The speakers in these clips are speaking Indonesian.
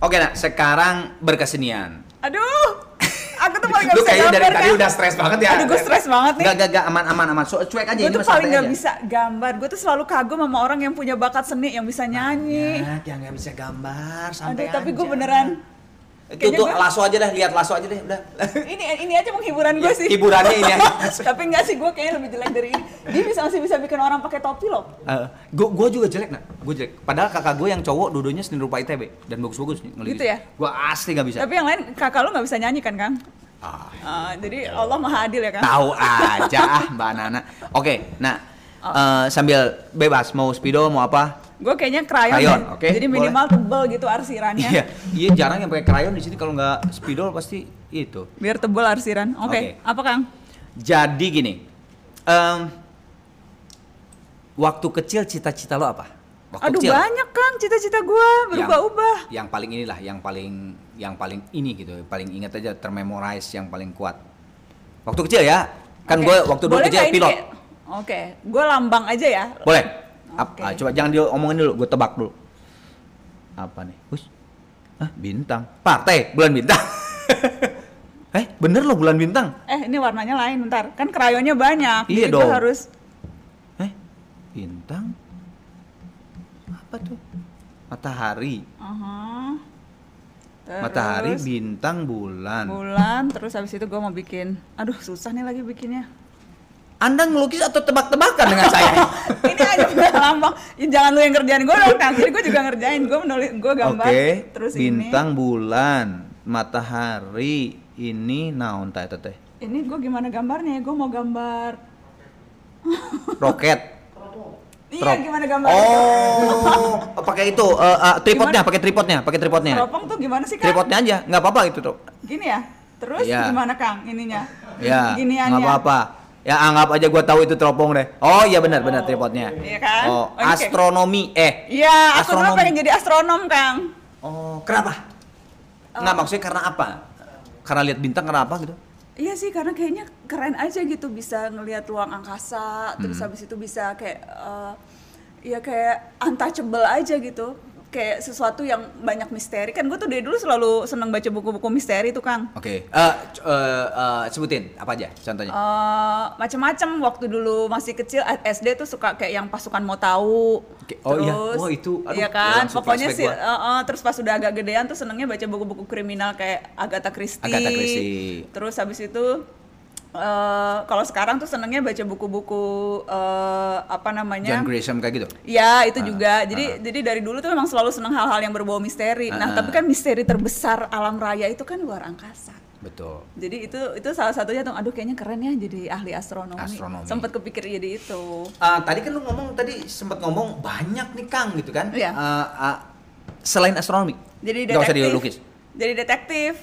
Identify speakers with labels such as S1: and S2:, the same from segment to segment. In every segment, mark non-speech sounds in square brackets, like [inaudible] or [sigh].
S1: Oke, nah sekarang berkesenian.
S2: Aduh, aku tuh paling gak
S1: Lu
S2: bisa
S1: kayaknya dari
S2: gambar
S1: tadi
S2: kan.
S1: udah stres banget ya.
S2: Aduh, gue stres banget nih.
S1: Gak, gak, gak, aman, aman, aman. So, cuek aja ini
S2: Gue
S1: ya.
S2: tuh
S1: mas,
S2: paling
S1: santai
S2: gak
S1: aja.
S2: bisa gambar. Gue tuh selalu kagum sama orang yang punya bakat seni, yang bisa nyanyi.
S1: Nah, yang nggak bisa gambar,
S2: Aduh,
S1: santai
S2: tapi gue
S1: aja.
S2: beneran.
S1: Itu
S2: Kayaknya
S1: tuh
S2: gua-
S1: lasso aja deh, lihat lasso aja deh,
S2: [laughs]
S1: udah.
S2: Ini ini aja penghiburan gue
S1: Ya,
S2: sih.
S1: hiburannya ini aja.
S2: [laughs] tapi enggak sih, gue kayaknya lebih jelek dari ini. Dia bisa masih bisa bikin orang pakai topi loh.
S1: gue gue Eh, juga jelek nak, gue jelek. Padahal kakak gue yang cowok dudunya seni rupa ITB dan bagus-bagus nih ngelukis.
S2: Gitu ya?
S1: Gue asli gak bisa.
S2: Tapi yang lain kakak lu nggak bisa nyanyi kan, Kang?
S1: Ah, Nah.
S2: Ah, jadi Allah maha adil ya, Kang?
S1: tahu aja ah mbak Nana. Oke, nah
S2: Oh.
S1: eh, sambil bebas mau speedo mau apa?
S2: Gue kayaknya krayon.
S1: Krayon,
S2: ya.
S1: oke,
S2: Jadi minimal tebel gitu arsirannya.
S1: Iya, iya jarang yang pakai krayon di sini kalau nggak spidol pasti itu.
S2: Biar tebel arsiran. Oke,
S1: Oke.
S2: apa Kang?
S1: Jadi gini, em, waktu kecil cita-cita lo apa? Waktu
S2: Aduh
S1: kecil,
S2: banyak Kang cita-cita gue
S1: yang-
S2: berubah-ubah.
S1: Yang, paling inilah, yang paling yang paling ini gitu, paling ingat aja termemorize yang paling kuat. Waktu kecil ya, kan
S2: Oke.
S1: gue waktu dulu
S2: Boleh
S1: kecil
S2: nggak ini
S1: pilot.
S2: kayak- Oke, gue lambang aja ya.
S1: Boleh? Ap-
S2: Oke.
S1: ah, coba jangan diomongin dulu, gue tebak dulu. Apa nih? Us? Hah, bintang. Partai, bulan bintang. [laughs] eh, bener loh bulan bintang.
S2: Eh ini warnanya lain bentar. Kan krayonnya banyak.
S1: Iya
S2: jadi gua
S1: dong.
S2: harus
S1: Eh, bintang? Apa tuh? Matahari.
S2: Aha. Terus
S1: Matahari, bintang, bulan.
S2: bulan terus habis itu gue mau bikin aduh susah nih lagi bikinnya
S1: Anda ngelukis atau tebak-tebakan dengan saya?
S2: ini aja udah lambang Ya, jangan lu yang kerjaan gue dong kang jadi gue juga ngerjain gue menulis gue [laughs] gambar
S1: Oke,
S2: terus
S1: bintang, bulan, matahari, ini naon teh teh?
S2: ini ini gue gimana gambarnya gue mau gambar
S1: Roket.
S2: [laughs] iya
S1: Trop.
S2: gimana gambarnya
S1: Oh, pakai itu eh, eh, tripodnya,
S2: Gimana?
S1: pakai tripodnya, pakai tripodnya.
S2: teropong tuh gimana sih kang
S1: Tripodnya aja, nggak apa-apa gitu tuh.
S2: gini ya terus
S1: Iya.
S2: gimana kang ininya
S1: Ya,
S2: giniannya
S1: nggak apa-apa. Ya anggap aja gua tahu itu teropong deh. Oh iya benar benar tripodnya.
S2: Iya kan?
S1: Oh,
S2: Oke.
S1: astronomi eh.
S2: iya aku dulu
S1: Astronom.
S2: pengen jadi astronom kang
S1: Oh, kenapa?
S2: Oh.
S1: Nggak maksudnya karena apa? Karena lihat bintang karena apa gitu?
S2: Iya sih karena kayaknya keren aja gitu bisa ngelihat ruang angkasa terus
S1: Hmm.
S2: habis itu bisa kayak eh, ya kayak untouchable aja gitu kayak sesuatu yang banyak misteri kan gue tuh dari dulu selalu seneng baca buku-bucu misteri tuh kang
S1: Oke. Eh, c- eh, eh, sebutin apa aja contohnya?
S2: Eh, macam-macam waktu dulu masih kecil A- SD tuh suka kayak yang pasukan mau tahu
S1: Oke, oh iya.
S2: terus
S1: Wah, itu, aduh,
S2: iya
S1: ya
S2: kan
S1: langsung
S2: pokoknya
S1: flashback
S2: sih
S1: gua.
S2: eh, eh, terus pas sudah agak gedean tuh senengnya baca buku-buku kriminal kayak Agatha Christie
S1: Agatha Christie.
S2: terus habis itu eh kalau sekarang tuh senengnya baca buku-buku eh, apa namanya
S1: John Grisham kayak gitu.
S2: Ya itu juga. Jadi jadi dari dulu tuh memang selalu senang hal-hal yang berbau misteri. Nah
S1: Ah.
S2: tapi kan misteri terbesar alam raya itu kan luar angkasa.
S1: Betul.
S2: Jadi itu itu salah satunya tuh aduh kayaknya keren ya jadi ahli astronomi.
S1: Astronomi.
S2: Sempat kepikir jadi itu.
S1: Ah, tadi kan lu ngomong tadi sempat ngomong banyak nih Kang gitu kan?
S2: Iya.
S1: Ah, ah, selain astronomi.
S2: Jadi
S1: Nggak usah
S2: detektif.
S1: dilukis. Hmm.
S2: Jadi detektif.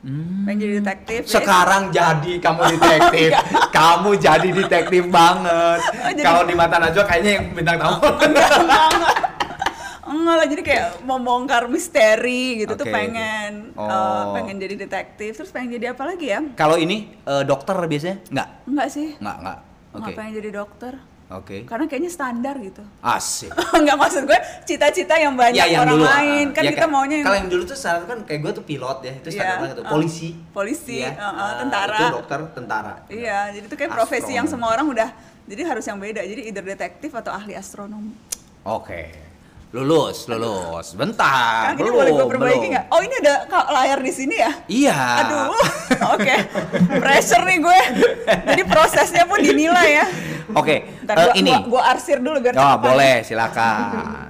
S2: Pengen jadi detektif. Jadi-
S1: Sekarang jadi kamu
S2: [laughs]
S1: detektif. kamu jadi detektif banget.
S2: Oh, jadi-
S1: Kalau di mata Najwa kayaknya yang bintang
S2: [laughs]
S1: tamu.
S2: Enggak lah, jadi kayak membongkar misteri gitu tuh
S1: Oke,
S2: pengen
S1: oke.
S2: Eh,
S1: Oh.
S2: pengen jadi detektif, terus pengen jadi apa lagi ya?
S1: Kalau ini eh, dokter biasanya? Enggak.
S2: Enggak sih.
S1: Enggak, enggak. Oke.
S2: Enggak pengen jadi dokter.
S1: Oke.
S2: Karena kayaknya standar gitu. [laughs]
S1: Asik.
S2: Enggak maksud gue cita-cita yang banyak orang
S1: ah,
S2: lain.
S1: ah.
S2: Kan
S1: Ya,
S2: kita
S1: kayak-
S2: maunya yang
S1: Kalau yang dulu tuh standar kan kayak gue tuh pilot ya, itu standar
S2: Iya,
S1: banget tuh.
S2: ah.
S1: Polisi.
S2: Polisi,
S1: Iya,
S2: ah, ah,
S1: ah,
S2: tentara.
S1: Itu dokter, tentara.
S2: Iya, jadi itu kayak
S1: Astronom.
S2: profesi yang semua orang udah jadi harus yang beda. Jadi either detektif atau ahli astronomi.
S1: Oke. Lulus, lulus. Bentar.
S2: Kang, ini boleh gue perbaiki
S1: Ah, belum.
S2: nggak? Oh, ini ada ka- layar di sini ya?
S1: Iya.
S2: Aduh, [laughs] oke. Pressure nih gue. Jadi prosesnya pun dinilai ya.
S1: Oke,
S2: Ntar
S1: eh,
S2: gua,
S1: ini.
S2: Gua, gua arsir dulu
S1: Oh,
S2: biar cepetan.
S1: boleh, silakan.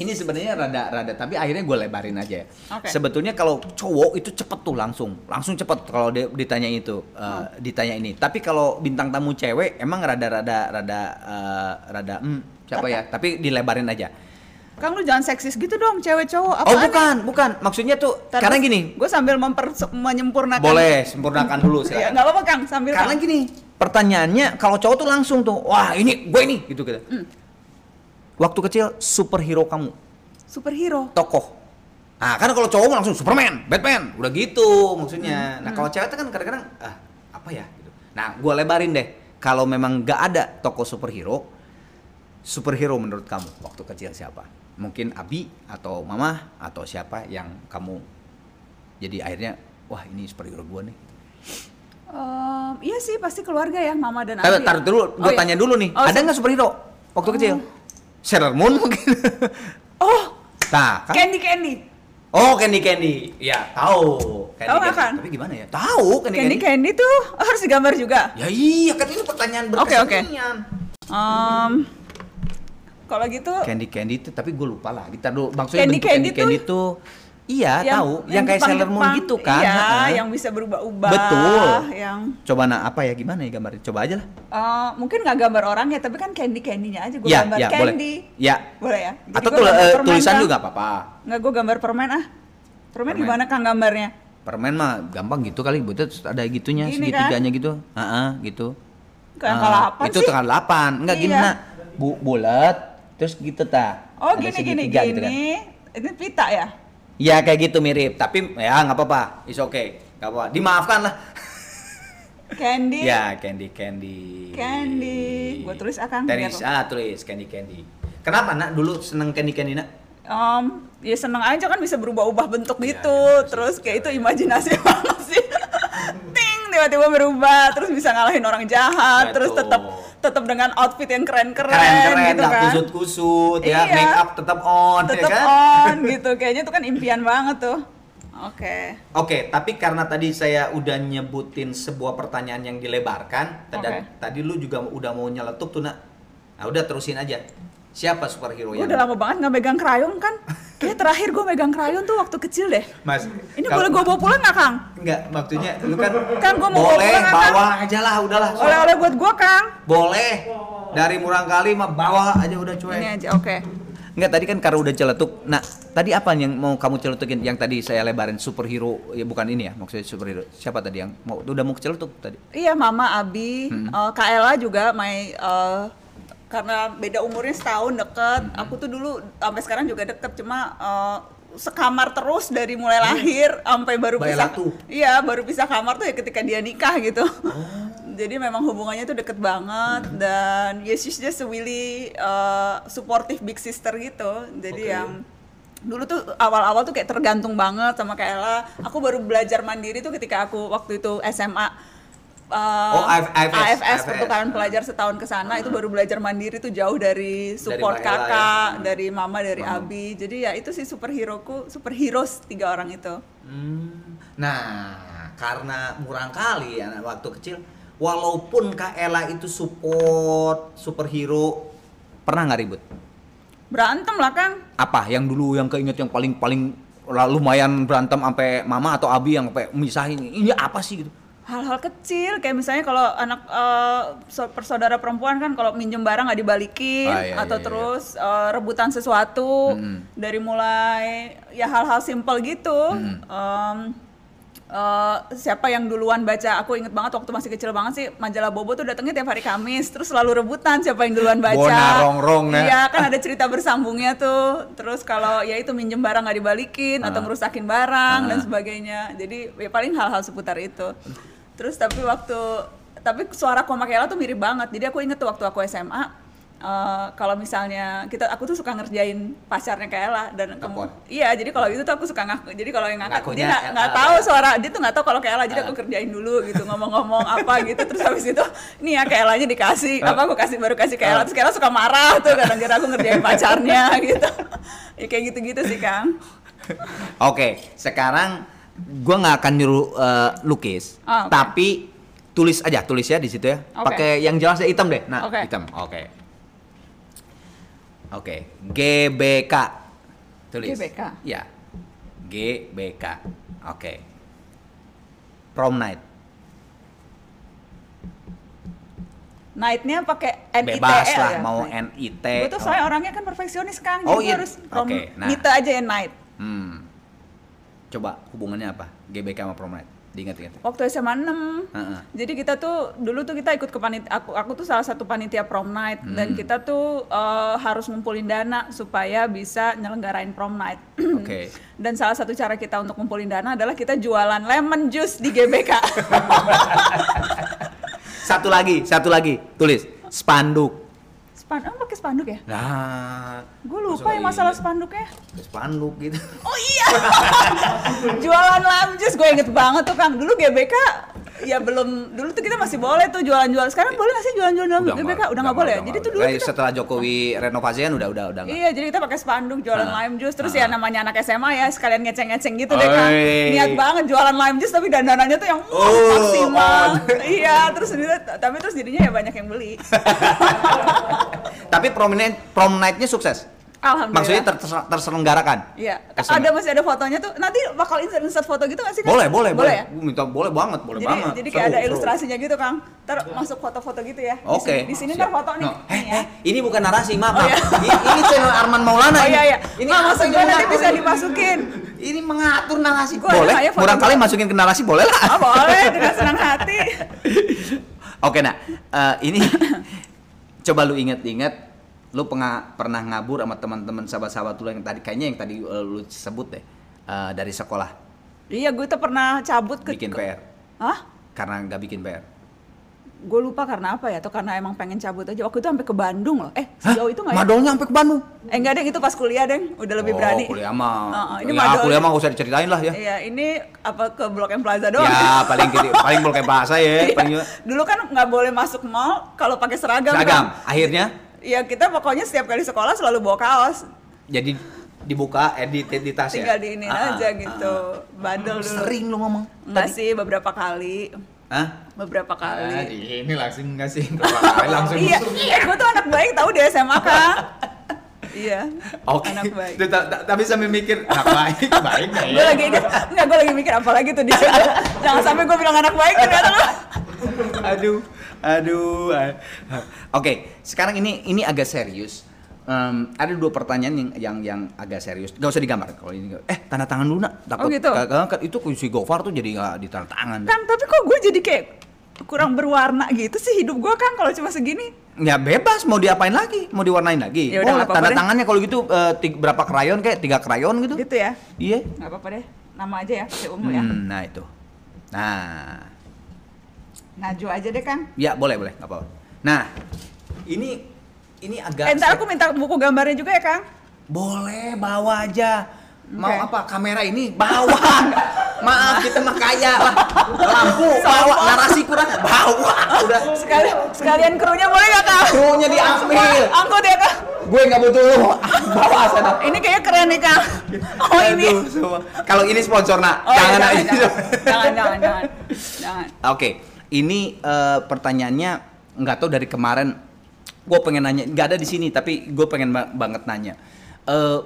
S1: Ini sebenarnya rada-rada, tapi akhirnya gue lebarin aja. ya.
S2: Oke.
S1: Sebetulnya kalau cowok itu cepet tuh langsung, langsung cepet kalau dia ditanya itu, eh,
S2: Oh.
S1: ditanya ini. Tapi kalau bintang tamu cewek emang rada-rada, rada, eh, rada, hmm, siapa ya? Tapi dilebarin aja.
S2: Kang lu jangan seksis gitu dong, cewek cowok.
S1: oh bukan, bukan. Maksudnya tuh karena gini,
S2: Gue sambil memper menyempurnakan.
S1: boleh sempurnakan dulu
S2: Ya,
S1: silakan.
S2: nggak apa-apa Kang, sambil
S1: Karena gini, pertanyaannya kalau cowok tuh langsung tuh, wah ini gue ini gitu gitu.
S2: Hmm.
S1: Waktu kecil superhero kamu,
S2: superhero.
S1: tokoh. Nah, kan kalau cowok mah langsung Superman, Batman, udah gitu maksudnya.
S2: Hmm,
S1: Nah, kalau cewek tuh kan kadang-kadang ah, apa ya gitu. Nah, gua lebarin deh. Kalau memang nggak ada tokoh superhero, superhero menurut kamu waktu kecil siapa? mungkin Abi atau Mama atau siapa yang kamu jadi akhirnya wah ini superhero gua nih.
S2: Em, iya sih pasti keluarga ya mama dan
S1: Tapi
S2: abi.
S1: taruh dulu,
S2: Oh,
S1: gua
S2: iya.
S1: tanya dulu nih.
S2: Oh,
S1: ada
S2: so-
S1: nggak superhero waktu kecil? Sailor Moon mungkin. [laughs]
S2: Oh,
S1: nah, kan?
S2: Candy Candy.
S1: Oh, Candy Candy. Ya, tahu. Candy
S2: Tahu nggak,
S1: Candy.
S2: Kan?
S1: Tapi gimana ya? Tahu Candy
S2: Candy
S1: Candy.
S2: Candy tuh harus digambar juga.
S1: Ya iya, kan itu pertanyaan
S2: Oke, oke.
S1: berkesenian.
S2: Em, kalau gitu
S1: Candy Candy itu tapi gue lupa lah. Kita dulu maksudnya
S2: Candy
S1: bentuk Candy
S2: Candy
S1: Candy itu iya tahu yang, kayak
S2: Jepang-
S1: Sailor Moon
S2: Jepang,
S1: gitu kan.
S2: Iya,
S1: Heeh.
S2: yang bisa berubah-ubah.
S1: Betul.
S2: Yang
S1: Coba nah apa ya gimana ya gambarnya? Coba aja lah.
S2: eh, mungkin nggak gambar orangnya, tapi kan candy candynya aja gue
S1: Iya,
S2: gambar
S1: iya, boleh.
S2: candy.
S1: Iya.
S2: Boleh ya. Jadi
S1: Atau
S2: gua
S1: tul-
S2: gambar
S1: eh,
S2: permen,
S1: tulisan
S2: Kang.
S1: juga nggak apa-apa.
S2: Nggak gue gambar permen ah. Permen,
S1: Permen.
S2: gimana kang gambarnya?
S1: Permen mah gampang gitu kali, butuh ada gitunya
S2: Gini
S1: segitiganya gitu. Heeh, gitu.
S2: Kayak
S1: Ah,
S2: kalau apa
S1: Itu
S2: sih?
S1: tengah delapan. Enggak gini
S2: Iya.
S1: nak. Bu bulat terus gitu ta.
S2: Oh
S1: Ada
S2: gini gini
S1: segitiga
S2: gini.
S1: gitu kan.
S2: Ini pita ya.
S1: Ya kayak gitu mirip, tapi ya nggak apa-apa. It's okay. Nggak apa-apa. Dimaafkan lah.
S2: Candy.
S1: Ya, Candy Candy.
S2: Iya. Candy. Gua tulis, ah, Kang,
S1: Teris,
S2: biar
S1: ah, tulis Candy Candy. Kenapa, Nak? Dulu seneng Candy Candy, Nak?
S2: Em, ya seneng aja kan bisa berubah-ubah bentuk
S1: Iya,
S2: gitu
S1: iya,
S2: terus kayak itu imajinasi [laughs] banget sih ting tiba-tiba berubah terus bisa ngalahin orang jahat terus
S1: Betul.
S2: tetap tetap dengan outfit yang keren-keren
S1: Keren-keren,
S2: gitu
S1: nggak
S2: kan
S1: kusut-kusut, ya.
S2: Iya.
S1: Make up tetap on, ya
S2: tetap
S1: kan?
S2: on gitu kayaknya itu kan impian banget tuh oke
S1: Oke, tapi karena tadi saya udah nyebutin sebuah pertanyaan yang dilebarkan, dan
S2: Oke.
S1: tadi lu juga udah mau nyeletuk tuh, Nak. Nah, udah terusin aja. Siapa superhero
S2: Gua
S1: yang...
S2: udah lama banget nggak megang krayon kan kayak terakhir gue megang krayon tuh waktu kecil deh
S1: Mas,
S2: ini
S1: kalau-
S2: boleh gue bawa pulang nggak kang
S1: Enggak, maksudnya lu kan,
S2: Kan gua mau
S1: boleh
S2: ngomong, Kang.
S1: bawa aja lah, udahlah.
S2: oleh-oleh buat gue kang
S1: Boleh. Dari Murangkali mah bawa aja udah cuek.
S2: ini aja oke
S1: Enggak tadi kan karena udah celetuk. Nah, tadi apa yang mau kamu celetukin? Yang tadi saya lebarin superhero ya bukan ini ya, maksudnya superhero. Siapa tadi yang mau udah mau celetuk tadi?
S2: Iya, Mama, Abi, eh, Kaela juga, my eh, karena beda umurnya setahun deket. Aku tuh dulu sampai sekarang juga deket, cuma eh, sekamar terus dari mulai lahir sampai baru pisah.
S1: Baelatu.
S2: Iya, baru pisah kamar tuh ya ketika dia nikah gitu. [laughs] Jadi memang hubungannya tuh deket banget dan ya she's just a really eh, supportive big sister gitu. Jadi
S1: Oke.
S2: yang dulu tuh awal-awal tuh kayak tergantung banget sama Kaela. Aku baru belajar mandiri tuh ketika aku waktu itu SMA. Uh,
S1: Oh, AF- AFS.
S2: pertukaran pelajar setahun ke sana itu baru belajar mandiri tuh jauh dari support
S1: Mbak Ella ya.
S2: kakak,
S1: Hmm.
S2: dari mama, dari
S1: Mama.
S2: abi. Jadi ya itu sih superheroku, superheroes tiga orang itu.
S1: Hmm. Nah, karena Murangkali anak nah, waktu kecil walaupun Kak Ella itu support superhero pernah nggak ribut?
S2: Berantem lah Kang.
S1: Apa yang dulu yang keinget yang paling paling lah, lumayan berantem sampai mama atau abi yang sampai misahin ini apa sih gitu
S2: Hal-hal kecil kayak misalnya kalau anak eh, so- persaudara perempuan kan kalau minjem barang nggak dibalikin
S1: Ah, iya, iya,
S2: atau
S1: iya.
S2: terus eh, rebutan sesuatu
S1: Mm-mm.
S2: dari mulai ya hal-hal simpel gitu.
S1: Mm-mm.
S2: Em, eh, siapa yang duluan baca? Aku inget banget waktu masih kecil banget sih majalah Bobo tuh datangnya tiap hari Kamis, terus selalu rebutan siapa yang duluan baca.
S1: Bona rongrong ya.
S2: Iya, kan ada cerita bersambungnya tuh. Terus kalau ya itu minjem barang nggak dibalikin atau
S1: Ah.
S2: ngerusakin barang dan
S1: Ah.
S2: sebagainya. Jadi ya paling hal-hal seputar itu. Terus tapi waktu tapi suara Komakela tuh mirip banget. Jadi aku inget tuh waktu aku SMA eh, kalau misalnya kita aku tuh suka ngerjain pacarnya Kaela dan kem-
S1: Telepon.
S2: iya jadi kalau gitu tuh aku suka ngaku jadi kalau yang ngangkat
S1: Ngakunya ah,
S2: dia nggak- nggak
S1: Ella.
S2: tahu Oh, suara dia tuh nggak tahu kalau Kaela jadi
S1: Ah.
S2: aku kerjain dulu gitu ngomong-ngomong apa gitu terus habis itu nih ya Kaelanya dikasih
S1: Ah.
S2: apa aku kasih baru kasih Kaela terus Kaela suka marah tuh kadang-kadang aku ngerjain pacarnya [laughs] gitu ya kayak gitu-gitu sih Kang
S1: Oke, sekarang gua nggak akan nyuruh eh, lukis,
S2: Ah, oke.
S1: tapi tulis aja, tulis ya di situ ya.
S2: Oke.
S1: Pakai yang jelas ya hitam deh. Nah,
S2: Oke.
S1: hitam. Oke. Oke, GBK. Tulis.
S2: GBK.
S1: Ya. GBK. Oke. Prom night.
S2: Nightnya pakai NITE
S1: Bebas lah
S2: ya?
S1: mau
S2: Night.
S1: NIT.
S2: Gue tuh soalnya orangnya kan perfeksionis Kang,
S1: Oh, iya.
S2: jadi gua harus prom
S1: Oke, nah.
S2: Nite aja ya night.
S1: Hmm. Coba hubungannya apa? GBK sama prom night. Diingat-ingat.
S2: Waktu SMA 6
S1: Heeh.
S2: Jadi kita tuh dulu tuh kita ikut ke panit aku aku tuh salah satu panitia prom night
S1: Hmm.
S2: dan kita tuh eh, harus ngumpulin dana supaya bisa nyelenggarain prom night. [clears throat]
S1: Oke.
S2: Dan salah satu cara kita untuk ngumpulin dana adalah kita jualan lemon juice di
S1: [laughs]
S2: GBK.
S1: Satu lagi, satu lagi. Tulis spanduk.
S2: Span, oh, pakai spanduk spanduk ya?
S1: Nah,
S2: Gue lupa ya masalah spanduknya.
S1: spanduk gitu.
S2: Oh iya. [laughs] jualan lam jus gue inget banget tuh Kang. Dulu GBK ya belum dulu tuh kita masih boleh tuh jualan-jualan. Sekarang boleh nggak sih jualan-jualan dalam GBK?
S1: Iya. nggak-
S2: Udah nggak boleh. ya?
S1: nggak
S2: Jadi
S1: boleh.
S2: tuh dulu
S1: Kayak
S2: kita
S1: setelah Jokowi renovasi kan udah udah udah nggak.
S2: Iya, jadi kita pakai spanduk jualan
S1: Ah.
S2: lime juice terus ya namanya anak SMA ya sekalian ngeceng-ngeceng gitu deh
S1: Oi.
S2: kan. Niat banget jualan lime juice tapi dandanannya tuh yang wah,
S1: Oh,
S2: maksimal.
S1: on.
S2: iya, terus ini tapi terus jadinya ya banyak yang beli.
S1: Tapi prominent prom night-nya sukses.
S2: Alhamdulillah.
S1: Maksudnya ter- Eh, ter- terselenggarakan.
S2: Iya,
S1: Terselenggara-
S2: ada masih ada fotonya tuh. Nanti bakal insert insert foto gitu nggak sih? Kang?
S1: Boleh, boleh, boleh.
S2: ya?
S1: Gua minta boleh banget, boleh
S2: jadi,
S1: banget.
S2: jadi kayak
S1: Seru,
S2: ada
S1: seru.
S2: ilustrasinya gitu, Kang. Ntar masuk foto-foto gitu ya. Di
S1: Oke.
S2: sini- Di sini ntar
S1: Siap.
S2: foto nih.
S1: No. Eh,
S2: Nih ya.
S1: eh, ini bukan narasi, maaf.
S2: Oh,
S1: maaf.
S2: iya.
S1: ini, ini channel Arman Maulana
S2: Oh
S1: ini.
S2: iya iya.
S1: Ini
S2: Nah, maksud
S1: apa
S2: gue
S1: yang
S2: nanti
S1: ngatur?
S2: bisa
S1: [laughs]
S2: dimasukin.
S1: Ini mengatur narasi.
S2: Gua ada
S1: boleh.
S2: kayak foto
S1: Kurang kali
S2: gua.
S1: masukin ke narasi boleh lah.
S2: Oh boleh, dengan senang hati.
S1: Oke, nah. eh, ini [laughs] coba lu inget-inget lu penga- pernah ngabur sama teman-teman sahabat-sahabat lu yang tadi kayaknya yang tadi eh, lu sebut deh eh, dari sekolah
S2: Iya, gue tuh pernah cabut ke.
S1: bikin PR
S2: Hah?
S1: karena nggak bikin PR.
S2: Gue lupa karena apa ya? Atau karena emang pengen cabut aja. Waktu itu sampai ke Bandung loh. Eh, sejauh itu nggak ya?
S1: Madolnya sampai ke Bandung.
S2: Eh enggak deh, itu pas kuliah deh. Udah lebih berani.
S1: Oh, kuliah mah.
S2: Heeh, ini
S1: ya,
S2: madol.
S1: kuliah mah nggak usah diceritain lah ya.
S2: Iya, ini apa ke Blok M Plaza doang?
S1: Ya paling gede, paling boleh kayak bahasa ya,
S2: Eh, Iya.
S1: paling juga.
S2: Dulu kan nggak boleh masuk mall kalau pakai seragam.
S1: seragam.
S2: Kan?
S1: Akhirnya
S2: Ya kita pokoknya setiap kali sekolah selalu bawa kaos.
S1: Iya. jadi dibuka edit di tas ya.
S2: Tinggal di ini
S1: Ah, ah,
S2: aja gitu.
S1: ah.
S2: Bandel dulu.
S1: Sering lu ngomong.
S2: Enggak sih beberapa kali.
S1: Hah?
S2: Beberapa
S3: Ah,
S1: iya.
S2: kali.
S3: ini langsung nggak
S2: [laughs]
S3: sih? langsung
S2: iya,
S3: musuh.
S2: iya gue tuh anak baik tahu deh SMA kan. iya.
S1: Oke.
S2: Anak baik.
S1: Tuh, ta- ta- Tapi sambil mikir
S3: Nah,
S1: [laughs]
S3: baik, baik nggak
S2: Gue
S3: ya?
S2: lagi ingat, enggak gue lagi mikir apa lagi tuh di situ. Jangan sampai gue bilang anak baik ternyata lu.
S1: aduh aduh ah. oke sekarang ini ini agak serius Em, ada dua pertanyaan yang yang yang agak serius gak usah digambar kalau ini nggak- eh tanda tangan lu nak takut
S2: Oh, gitu?
S1: Kadang-kadang kan itu si Gofar tuh jadi nggak ditanda tangan
S2: Kang, tapi kok gue jadi kayak kurang berwarna gitu sih hidup gue Kang kalau cuma segini.
S1: ya bebas mau diapain lagi mau diwarnain lagi
S2: Ya udah,
S1: Boleh.
S2: nggak apa-apa
S1: tanda
S2: deh.
S1: tangannya kalau gitu eh, tig- berapa krayon kayak tiga krayon gitu
S2: Gitu ya.
S1: iya
S2: Enggak apa-apa deh. Nama aja ya, si Umul ya.
S1: Hmm, nah itu nah
S2: Najwa aja deh, Kang.
S1: ya boleh boleh nggak apa-apa nah ini ini agak
S2: Eh, ntar aku minta buku gambarnya juga ya, Kang.
S1: Boleh bawa aja. Mau
S2: Oke.
S1: apa? Kamera ini bawa. [laughs] Maaf kita mah kaya lah. Lampu bawa, narasi kurang bawa. Udah
S2: Sekali, sekalian krunya boleh nggak, Kang?
S1: krunya diambil.
S2: Wah, Angkut ya, Kang.
S1: Gue nggak butuh lu. [laughs] Bawa sana.
S2: Ini kayaknya keren nih, Kang. Oh, ini.
S1: Aduh, semua. Kalau ini sponsor nak,
S2: Oh,
S1: jangan,
S2: ya,
S1: aja. [laughs]
S2: jangan, jangan, jangan, jangan, jangan.
S1: Oke, ini eh, pertanyaannya nggak tahu dari kemarin. Gue pengen nanya, nggak ada di sini, tapi gue pengen ba- banget nanya. Eh,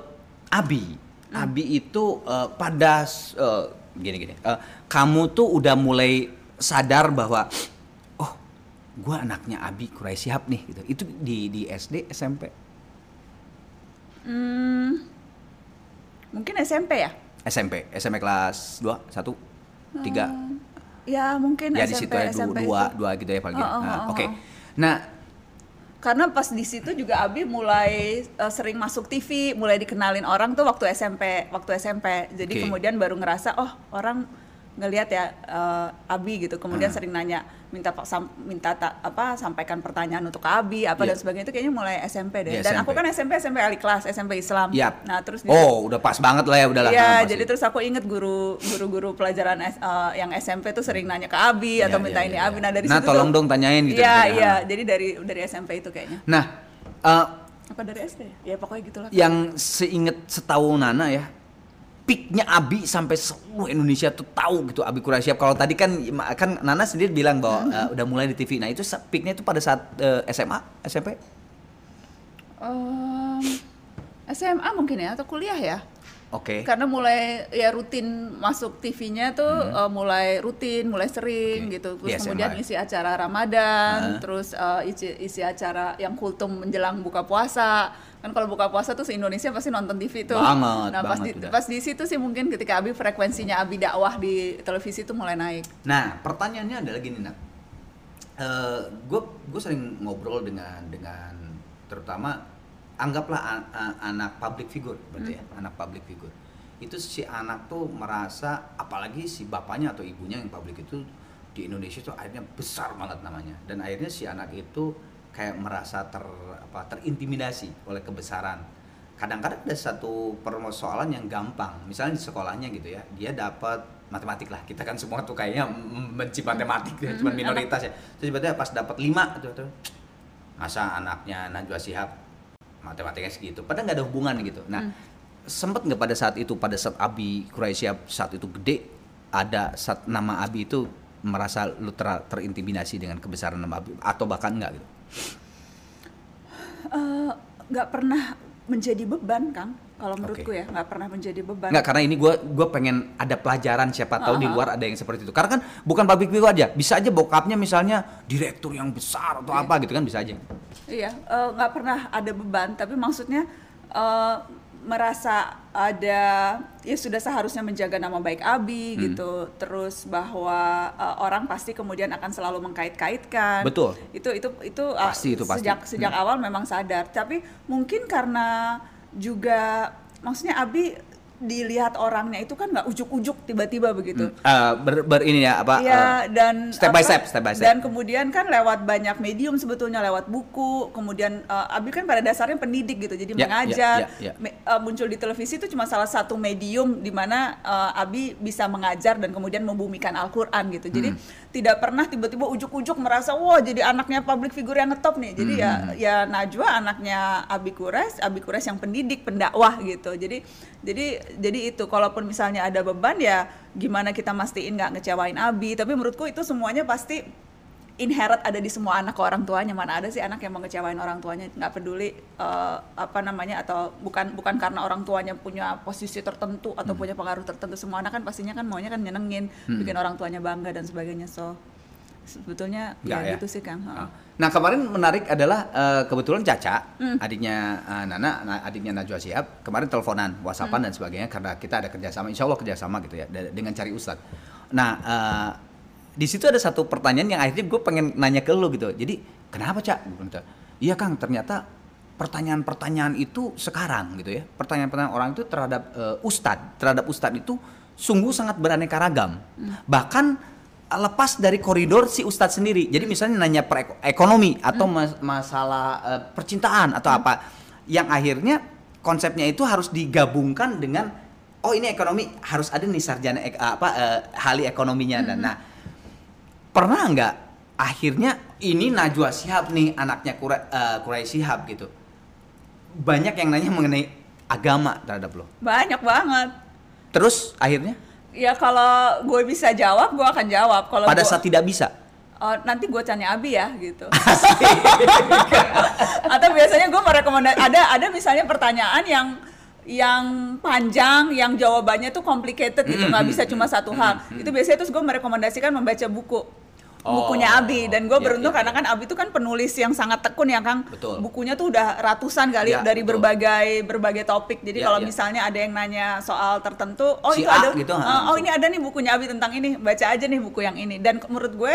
S1: Abi,
S2: Hmm.
S1: Abi itu eh, pada s- eh, gini-gini. eh, kamu tuh udah mulai sadar bahwa, oh, gue anaknya Abi Kurai Sihab nih, gitu. Itu di di SD, SMP,
S2: Hmm, mungkin SMP ya?
S1: SMP, SMP kelas 2, 1, 3
S2: Ya, mungkin
S1: ya
S2: SMP,
S1: di situ ya du-
S2: SMP
S1: dua
S2: itu.
S1: dua gitu ya paling
S2: Oh,
S1: gitu.
S2: oh,
S1: Nah,
S2: oh, oh,
S1: oke
S2: oh.
S1: nah
S2: Karena pas di situ juga Abi mulai eh, sering masuk TV, mulai dikenalin orang tuh waktu SMP, waktu SMP.
S1: Oke.
S2: Jadi kemudian baru ngerasa oh orang ngelihat ya eh, Abi gitu. Kemudian
S1: Hmm.
S2: sering nanya, minta pak- sam- minta ta- apa sampaikan pertanyaan untuk Abi apa
S1: Iya.
S2: dan sebagainya itu kayaknya mulai SMP
S1: Di
S2: deh. Dan aku
S1: SMP.
S2: kan SMP SMP kali kelas SMP Islam.
S1: yap
S2: Nah, terus di
S1: oh udah pas banget lah ya udah lah nah,
S2: Iya,
S1: pasti.
S2: jadi terus aku inget guru guru-guru pelajaran S- eh, yang SMP tuh sering nanya ke Abi
S1: Iya,
S2: atau
S1: iya,
S2: minta
S1: iya,
S2: ini
S1: iya.
S2: Abi. Nah dari
S1: Nah,
S2: situ
S1: tolong
S2: tuh-
S1: dong tanyain gitu,
S2: Iya
S1: misalnya.
S2: iya, jadi dari dari SMP itu kayaknya.
S1: nah eh,
S2: Apa dari SD? Ya pokoknya gitulah.
S1: yang seinget setahu Nana ya peaknya Abi sampai seluruh Indonesia tuh tahu gitu Abi Kuraisyab kalau tadi kan kan Nana sendiri bilang bahwa
S2: Mm-hmm.
S1: eh, udah mulai di TV nah itu se- peaknya itu pada saat eh, SMA SMP
S2: Em, SMA mungkin ya atau kuliah ya?
S1: oke
S2: Karena mulai ya rutin masuk TV-nya tuh eh, mulai rutin, mulai sering
S1: Hmm. Oke. Iya,
S2: gitu.
S1: Di
S2: Terus
S1: SMA.
S2: kemudian isi acara
S1: Ah.
S2: Ramadan, terus eh, isi, isi acara yang kultum menjelang buka puasa. Kan kalau buka puasa tuh se-Indonesia pasti nonton TV tuh.
S1: Banget,
S2: nah, pas
S1: banget
S2: di,
S1: udah.
S2: pas di situ sih mungkin ketika Abi frekuensinya Abi dakwah di televisi tuh mulai naik.
S1: Nah, pertanyaannya adalah gini, nak. Gue sering ngobrol dengan dengan terutama anggaplah an- a- anak public figure, berarti ya, anak public figure. Itu si anak tuh merasa, apalagi si bapaknya atau ibunya yang public itu di Indonesia tuh akhirnya besar banget namanya, dan akhirnya si anak itu kayak merasa ter apa terintimidasi oleh kebesaran. Kadang-kadang ada satu persoalan yang gampang. Misalnya di sekolahnya gitu ya, dia dapat matematik lah. Kita kan semua tuh kayaknya benci matematik, ya, cuma minoritas ya. Terus tiba-tiba pas dapat 5 tuh, tuh masa anaknya Najwa Shihab matematiknya segitu. Padahal nggak ada hubungan gitu. Nah, sempet nggak pada saat itu pada saat Abi Kroasia saat itu gede ada saat nama Abi itu merasa lu ter- terintimidasi dengan kebesaran nama Abi atau bahkan nggak gitu?
S2: Eh, nggak pernah menjadi beban kang kalau menurutku
S1: Oke.
S2: ya nggak pernah menjadi beban
S1: Nggak karena ini gue gua pengen ada pelajaran siapa tahu di luar ada yang seperti itu. Karena kan bukan public figure aja, bisa aja bokapnya misalnya direktur yang besar atau apa gitu kan bisa aja.
S2: iya eh, nggak pernah ada beban tapi maksudnya eh, merasa ada ya sudah seharusnya menjaga nama baik
S1: Hmm.
S2: Abi gitu terus bahwa eh, orang pasti kemudian akan selalu mengkait-kaitkan
S1: Betul.
S2: itu itu itu ah,
S1: Pasti, itu pasti. Hmm.
S2: sejak sejak awal memang sadar tapi mungkin karena juga maksudnya Abi dilihat orangnya itu kan nggak ujuk-ujuk tiba-tiba begitu
S1: Eh, ber, ber ini ya apa? eh,
S2: Iya dan
S1: step by step, step by step.
S2: Dan kemudian kan lewat banyak medium sebetulnya lewat buku, kemudian eh, Abi kan pada dasarnya pendidik gitu, jadi
S1: Ya,
S2: mengajar.
S1: ya, ya, ya.
S2: Me- eh, muncul di televisi itu cuma salah satu medium di mana eh, Abi bisa mengajar dan kemudian membumikan Al-Qur'an gitu. Jadi
S1: Hmm.
S2: tidak pernah tiba-tiba ujuk-ujuk merasa wah jadi anaknya public figure yang ngetop nih. Jadi ya
S1: Hmm.
S2: ya Najwa anaknya Abi Kures, Abi Kures yang pendidik, pendakwah gitu. Jadi jadi jadi itu kalaupun misalnya ada beban ya gimana kita mastiin nggak ngecewain Abi. Tapi menurutku itu semuanya pasti inherent ada di semua anak ke orang tuanya mana ada sih anak yang mau ngecewain orang tuanya nggak peduli eh, apa namanya atau bukan bukan karena orang tuanya punya posisi tertentu
S1: Hmm.
S2: atau punya pengaruh tertentu semua anak kan pastinya kan maunya kan nyenengin bikin orang tuanya bangga dan sebagainya so sebetulnya
S1: Nggak
S2: ya,
S1: ya?
S2: gitu sih kang Heeh.
S1: Nah kemarin menarik adalah eh, kebetulan Caca, adiknya eh, Nana, na- adiknya Najwa Shihab, kemarin teleponan, whatsappan dan sebagainya karena kita ada kerjasama, insya Allah kerjasama gitu ya da- dengan cari Ustadz. Nah eh, di situ ada satu pertanyaan yang akhirnya gue pengen nanya ke lu gitu. Jadi kenapa Cak? Gua bilang gitu. Iya Kang, ternyata pertanyaan-pertanyaan itu sekarang gitu ya, pertanyaan-pertanyaan orang itu terhadap eh, Ustadz, terhadap Ustadz itu sungguh sangat beraneka ragam, bahkan eh, lepas dari koridor si ustadz sendiri. Jadi misalnya nanya per eko- ekonomi atau mas- masalah eh, percintaan atau apa yang akhirnya konsepnya itu harus digabungkan dengan oh ini ekonomi harus ada nih sarjana ek- apa eh, ahli ekonominya dan nah pernah nggak akhirnya ini Najwa Sihab nih anaknya Kura, eh, Quraisy Shihab gitu. Banyak yang nanya mengenai agama terhadap lo.
S2: banyak banget
S1: Terus akhirnya
S2: ya kalau gue bisa jawab gue akan jawab kalau
S1: pada
S2: gua-
S1: saat tidak bisa.
S2: Eh, nanti gue tanya Abi ya gitu.
S1: [laughs]
S2: Atau biasanya gue merekomendasi ada ada misalnya pertanyaan yang yang panjang, yang jawabannya tuh complicated
S1: Mm-hmm.
S2: gitu, nggak bisa cuma satu hal. Itu biasanya terus gue merekomendasikan membaca buku bukunya
S1: Oh,
S2: Abi dan gue
S1: iya,
S2: beruntung
S1: iya,
S2: karena kan Abi tuh kan penulis yang sangat tekun ya Kang.
S1: Betul.
S2: Bukunya tuh udah ratusan kali
S1: Iya,
S2: dari
S1: betul.
S2: berbagai berbagai topik. Jadi
S1: Iya,
S2: kalau
S1: iya.
S2: misalnya ada yang nanya soal tertentu, oh
S1: Si
S2: itu
S1: A
S2: ada,
S1: gitu,
S2: eh,
S1: ha,
S2: oh ini ada nih bukunya Abi tentang ini, baca aja nih buku yang ini. Dan ke- menurut gue,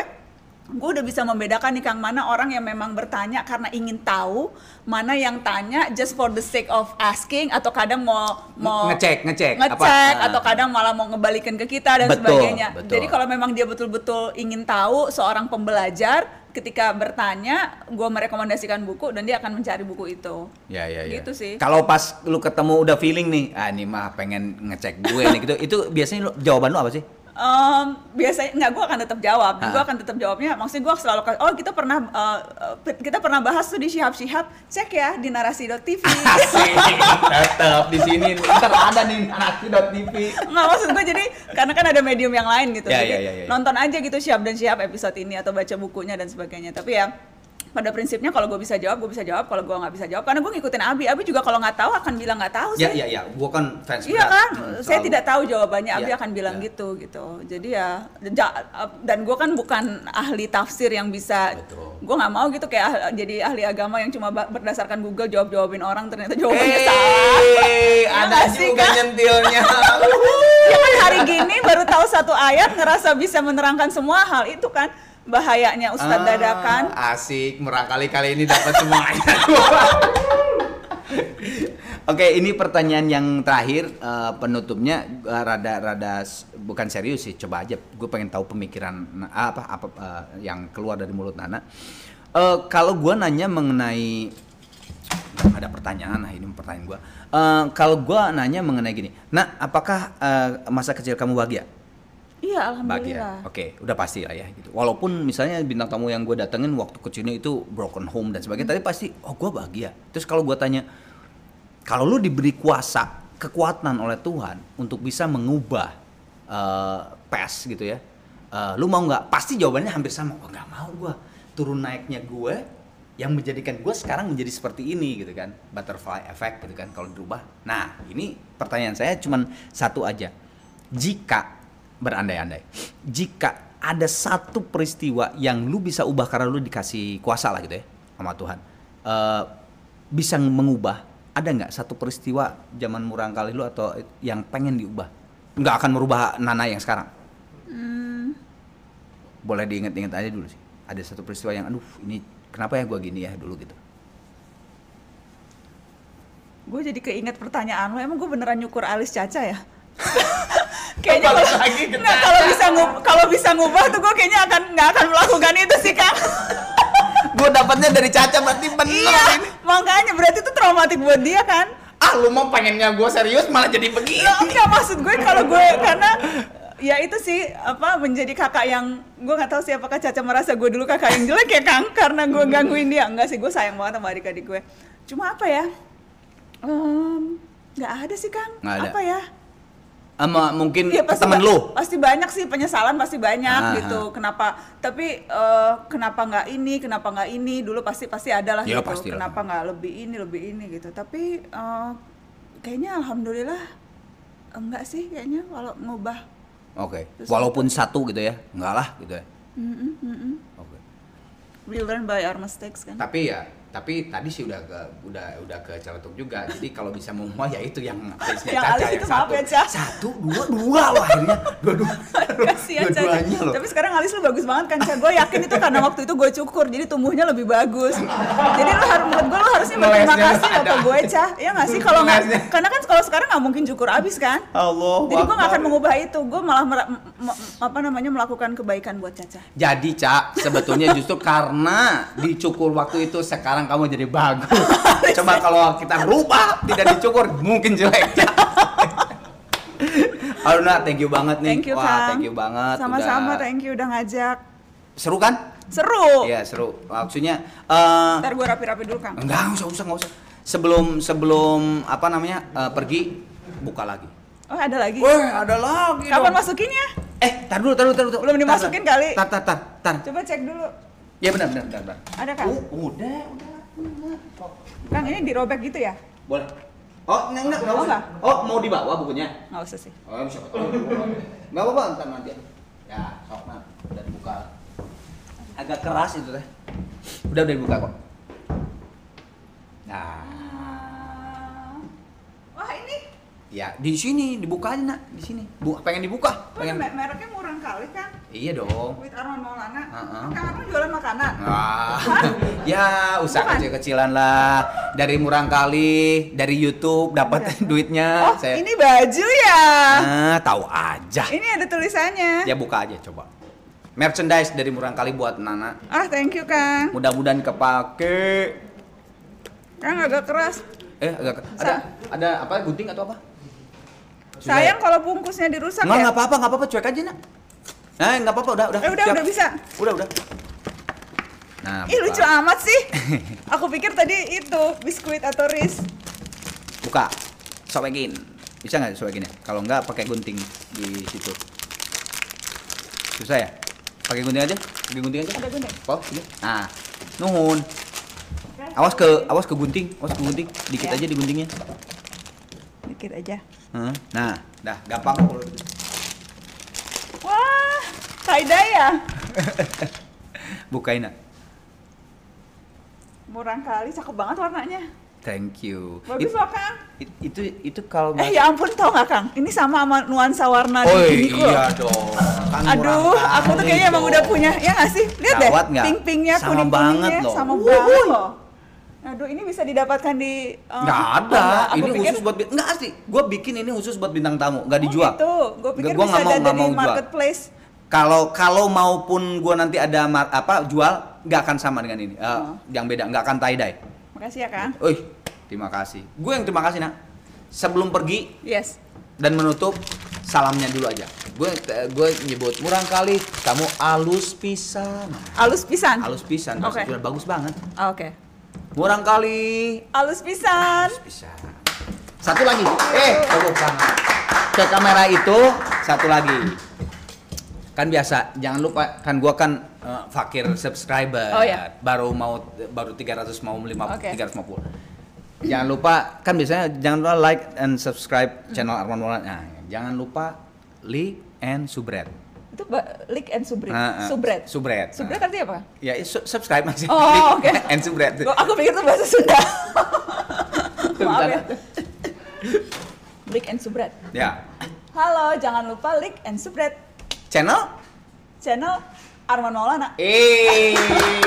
S2: gue udah bisa membedakan nih Kang mana orang yang memang bertanya karena ingin tahu, mana yang tanya just for the sake of asking atau kadang mau mau
S1: Ngecek, ngecek, apa-
S2: ngecek atau
S1: ah.
S2: kadang malah mau ngebalikin ke kita dan
S1: Betul,
S2: sebagainya.
S1: betul.
S2: Jadi kalau memang dia betul-betul ingin tahu seorang pembelajar ketika bertanya, gue merekomendasikan buku dan dia akan mencari buku itu.
S1: Ya ya ya.
S2: Gitu sih.
S1: Kalau pas lu ketemu udah feeling nih, ah ini mah pengen ngecek gue nih gitu. Itu biasanya lu, jawaban lu apa
S3: [laughs]
S1: sih?
S2: Em, biasanya nggak gue akan tetap jawab
S1: Ah.
S2: gue akan tetap jawabnya maksudnya gue selalu ke- oh kita pernah eh, eh, kita pernah bahas tuh di Shihab Shihab cek ya di
S1: [laughs]
S2: narasi.tv
S3: Asik, tetap di sini. Ntar ada nih narasi.tv.
S2: nggak maksud gue jadi karena kan ada medium yang lain gitu
S1: Ya,
S2: jadi
S1: ya, ya, ya, ya.
S2: nonton aja gitu Shihab dan Shihab episode ini atau baca bukunya dan sebagainya tapi ya pada prinsipnya kalau gue bisa jawab gue bisa jawab kalau gue nggak bisa jawab karena gue ngikutin Abi Abi juga kalau nggak tahu akan bilang nggak tahu Oh, sih
S1: Ya ya ya, gua kan fans berat.
S2: Iya kan,
S1: Hmm,
S2: saya
S1: selalu.
S2: tidak tahu jawabannya. Abi
S1: Iya,
S2: akan bilang
S1: iya.
S2: gitu gitu. Jadi ya ja- dan gue kan bukan ahli tafsir yang bisa.
S1: Betul.
S2: Gue nggak mau gitu kayak ah- jadi ahli agama yang cuma ba- berdasarkan Google jawab jawabin orang ternyata
S1: Oh, iya,
S2: jawabannya
S1: Eh.
S3: Eh,
S2: salah.
S1: Hey,
S2: Iya
S1: ada
S2: nggak sih,
S1: juga
S2: Kak?
S1: [laughs] nyentilnya.
S2: Ya kan hari gini baru tahu satu ayat ngerasa bisa menerangkan semua hal itu kan bahayanya Ustadz
S3: Ah,
S2: dadakan.
S3: Asik, merangkali kali ini dapat semuanya.
S1: [laughs] Oke, ini pertanyaan yang terakhir eh, penutupnya eh, rada-rada s- bukan serius sih. Coba aja, gue pengen tahu pemikiran nah, apa apa eh, yang keluar dari mulut Nana. Eh, kalau gua nanya mengenai Nggak ada pertanyaan nah ini pertanyaan gua. Eh, kalau gua nanya mengenai gini, nah apakah eh, masa kecil kamu bahagia?
S2: Iya,
S1: Bahagia.
S2: alhamdulillah.
S1: Oke, udah pasti lah ya gitu. Walaupun misalnya bintang tamu yang gue datengin waktu kecilnya itu broken home dan sebagainya, tapi pasti oh gue bahagia. Terus kalau gua tanya, kalau lu diberi kuasa, kekuatan oleh Tuhan untuk bisa mengubah eh, pes gitu ya, eh, lu mau nggak? Pasti jawabannya hampir sama. Oh nggak mau gua Turun naiknya gue yang menjadikan gue sekarang menjadi seperti ini gitu kan butterfly effect gitu kan kalau dirubah nah ini pertanyaan saya cuman satu aja jika berandai-andai jika ada satu peristiwa yang lu bisa ubah karena lu dikasih kuasa lah gitu ya sama Tuhan Eh, bisa mengubah ada nggak satu peristiwa zaman murang kali lu atau yang pengen diubah nggak akan merubah Nana yang sekarang boleh diingat-ingat aja dulu sih ada satu peristiwa yang aduh ini kenapa ya gua gini ya dulu gitu
S2: Gue jadi keinget pertanyaan lo, emang gue beneran nyukur alis caca ya?
S3: Balik
S2: kalau-
S3: lagi ke
S2: Nggak, kalau bisa ngub- kalau bisa ngubah tuh gue kayaknya akan nggak akan melakukan itu sih kang.
S1: gue dapatnya dari Caca berarti
S2: iya, [laughs] makanya berarti itu traumatik buat dia kan?
S3: ah lu mau pengennya gue serius malah jadi begini
S2: Lo enggak maksud gue kalau gue karena ya itu sih apa menjadi kakak yang gue nggak tahu sih apakah Caca merasa gue dulu kakak yang jelek ya Kang [laughs] karena gue gangguin dia enggak sih gue sayang banget sama adik-adik gue cuma apa ya Em, nggak ada sih Kang
S1: Nggak ada.
S2: apa ya
S1: sama mungkin
S2: Iya,
S1: ke temen
S2: ba-
S1: lu Ah,
S2: pasti banyak sih penyesalan pasti banyak
S1: Aha.
S2: gitu kenapa tapi eh, kenapa nggak ini kenapa nggak ini dulu pasti pasti ada lah
S1: Ya,
S2: gitu
S1: pastilah.
S2: kenapa nggak lebih ini lebih ini gitu tapi eh, kayaknya alhamdulillah enggak sih kayaknya kalau ngubah
S1: oke
S2: Terus-
S1: walaupun satu gitu ya enggak lah gitu ya
S2: Mm-mm, mm-mm.
S1: oke
S2: we learn by our mistakes kan
S3: tapi ya tapi tadi sih udah ke udah udah ke celetuk juga jadi kalau bisa mengumumkan ya itu yang alisnya
S2: Yang
S3: caca
S2: alis
S3: yang
S2: itu maaf
S3: satu
S2: ya, Ca.
S1: satu dua dua loh akhirnya dua [laughs] dua
S2: kasihan Ca.
S3: Dua-duanya loh.
S2: tapi sekarang alis lu bagus banget kan Ca gue yakin itu karena waktu itu gue cukur jadi tumbuhnya lebih bagus jadi lu harus menurut gue lu harusnya berterima
S3: Ngelesnya
S2: kasih loh
S3: ada.
S2: ke gue Ca ya nggak sih kalau nggak
S3: Ngelesnya.
S2: karena kan kalau sekarang nggak mungkin cukur abis kan
S1: Allah
S2: jadi gue nggak akan
S1: Akbar.
S2: mengubah itu gue malah mera- m- m- apa namanya melakukan kebaikan buat Caca
S3: jadi cak sebetulnya justru karena dicukur waktu itu sekarang kamu jadi
S2: [laughs]
S3: bagus coba kalau kita rubah tidak dicukur mungkin jelek
S2: [laughs]
S3: Ca.
S1: Aduh Nak, thank you banget nih
S2: thank you
S1: wah
S2: Kang
S1: thank you banget
S2: sama-sama
S1: udah-
S2: thank you udah ngajak
S1: seru kan
S2: seru
S1: Iya seru maksudnya eh,
S2: ntar gue rapi-rapi dulu Kang
S1: enggak nggak usah nggak usah nggak usah sebelum sebelum apa namanya eh, pergi buka lagi
S2: oh ada lagi
S1: Weh, ada lagi
S2: kapan
S1: dong.
S2: masukinnya
S1: Eh, tar dulu, tar dulu, tar dulu.
S2: Belum dimasukin
S1: Tar,
S2: kali.
S1: Tar, tar, tar, tar.
S2: coba cek dulu
S1: Ya benar, benar, benar, benar.
S2: Ada, Kang?
S1: Oh, udah, udah, udah. Oh,
S2: Kang ini dirobek gitu ya
S1: boleh. Oh, neng, neng, nggak
S2: Oh,
S1: usah.
S2: nggak?
S1: Oh, mau dibawa bukunya?
S2: nggak usah sih
S1: Oh, bisa. Nggak apa-apa, ntar nanti. Ya, sok nah, udah dibuka. Agak keras itu teh. Udah, udah dibuka kok. Nah,
S2: Ah. Wah ini
S1: ya di sini dibuka aja nak, di sini. Bu, pengen dibuka,
S2: pengen
S1: pengen.
S2: mereknya murang kali kan?
S1: Iya dong.
S2: With Arman Maulana.
S1: Heeh.
S2: Kang Arman jualan makanan.
S1: Wah, [laughs] ya usaha
S2: Bukan.
S1: kecil-kecilan lah. Dari murang kali, dari YouTube dapat duitnya.
S2: Oh, ini baju ya.
S1: Ah, tahu aja.
S2: Ini ada tulisannya.
S1: Ya buka aja coba. Merchandise dari murang kali buat Nana.
S2: Ah, thank you Kang.
S1: Mudah-mudahan kepake.
S2: Kang agak keras.
S1: Eh, agak ada
S2: Sa-
S1: ada apa gunting atau apa? Sudah ya?
S2: Sayang kalau bungkusnya dirusak
S1: Nggak,
S2: ya.
S1: nggak apa-apa, nggak apa-apa, cuek aja, Nak. Eh, nggak apa-apa, udah, udah.
S2: Eh, udah,
S1: siap.
S2: udah bisa.
S1: Udah, udah. Nah,
S2: Ih
S1: buka.
S2: lucu amat
S1: [laughs]
S2: sih. Aku pikir tadi itu biskuit atau ris.
S1: buka sobekin bisa nggak sobekin ya kalau nggak pakai gunting di situ susah ya pakai gunting aja pakai gunting aja
S2: Ada gunting.
S1: oh ini nah nuhun awas ke awas ke gunting awas ke gunting dikit
S2: Ya.
S1: aja diguntingnya
S2: Dikit aja.
S1: Heeh. nah dah gampang kok kalau gitu.
S2: Wah, tie dye ya.
S1: [laughs] bukain Nak.
S2: Murang kali, cakep banget warnanya.
S1: thank you It-
S2: Bagus loh Kang.
S1: it- itu itu kalau
S2: Eh ya ampun tau nggak Kang? Ini sama sama nuansa warna
S1: oh
S2: di giniku loh.
S1: iya dong Kan
S2: Aduh,
S1: murah
S2: aku tuh
S1: kali
S2: kayaknya emang
S1: dong.
S2: udah punya. Ya nggak sih? Lihat deh,
S1: Gawat nggak?
S2: pink-pinknya,
S1: Sama
S2: kuning-kuningnya,
S1: banget loh.
S2: sama
S1: Wuhui.
S2: banget loh. Aduh, ini bisa didapatkan di... eh,
S1: Nggak ada.
S2: enggak. Aku
S1: ini
S2: pikir-
S1: khusus buat bi- nggak asli. Gue bikin ini khusus buat bintang tamu, nggak
S2: Oh,
S1: dijual.
S2: gitu. Gue pikir
S1: Nggak, gua
S2: bisa
S1: nggak mau
S2: ada
S1: nggak
S2: di
S1: mau jual.
S2: marketplace.
S1: Kalau kalau maupun gua nanti ada mar- apa jual nggak akan sama dengan ini. Eh,
S2: Oh.
S1: yang beda, nggak akan tie dye.
S2: Makasih ya Kang.
S1: Wih, terima kasih. Gue yang terima kasih, Nak. Sebelum pergi
S2: Yes.
S1: dan menutup, salamnya dulu aja. eh,
S3: Gue gue nyebut murang kali, kamu alus pisan.
S2: Alus pisan.
S1: Halus pisan, bahasa
S2: Oke.
S1: Sunda bagus banget.
S2: Ah, Oke.
S1: Murang kali.
S2: Alus pisan.
S1: Bisa. Satu lagi. Eh, tunggu sana. Ke kamera itu satu lagi. Kan biasa, jangan lupa kan gua kan eh, fakir subscriber.
S2: Oh, iya.
S1: Baru mau baru 300 mau 50
S2: Oke.
S1: 350. Jangan lupa kan biasanya jangan lupa like and subscribe channel
S2: Hmm.
S1: Arman Maulana. Nah, jangan lupa Lee and Subret.
S2: Itu ba- Lick and Subret.
S1: Ah, ah.
S2: Subret.
S1: Subret.
S2: Subret
S1: Ah.
S2: artinya apa?
S1: Ya, su- subscribe masih.
S2: Oh, oke.
S1: Lee [laughs] and Subret.
S2: Gua- aku pikir itu bahasa Sunda. Maaf ya. Lick and Subret.
S1: Ya.
S2: Halo, jangan lupa Lick and Subret
S1: Channel
S2: channel Arman Maulana.
S1: Eh.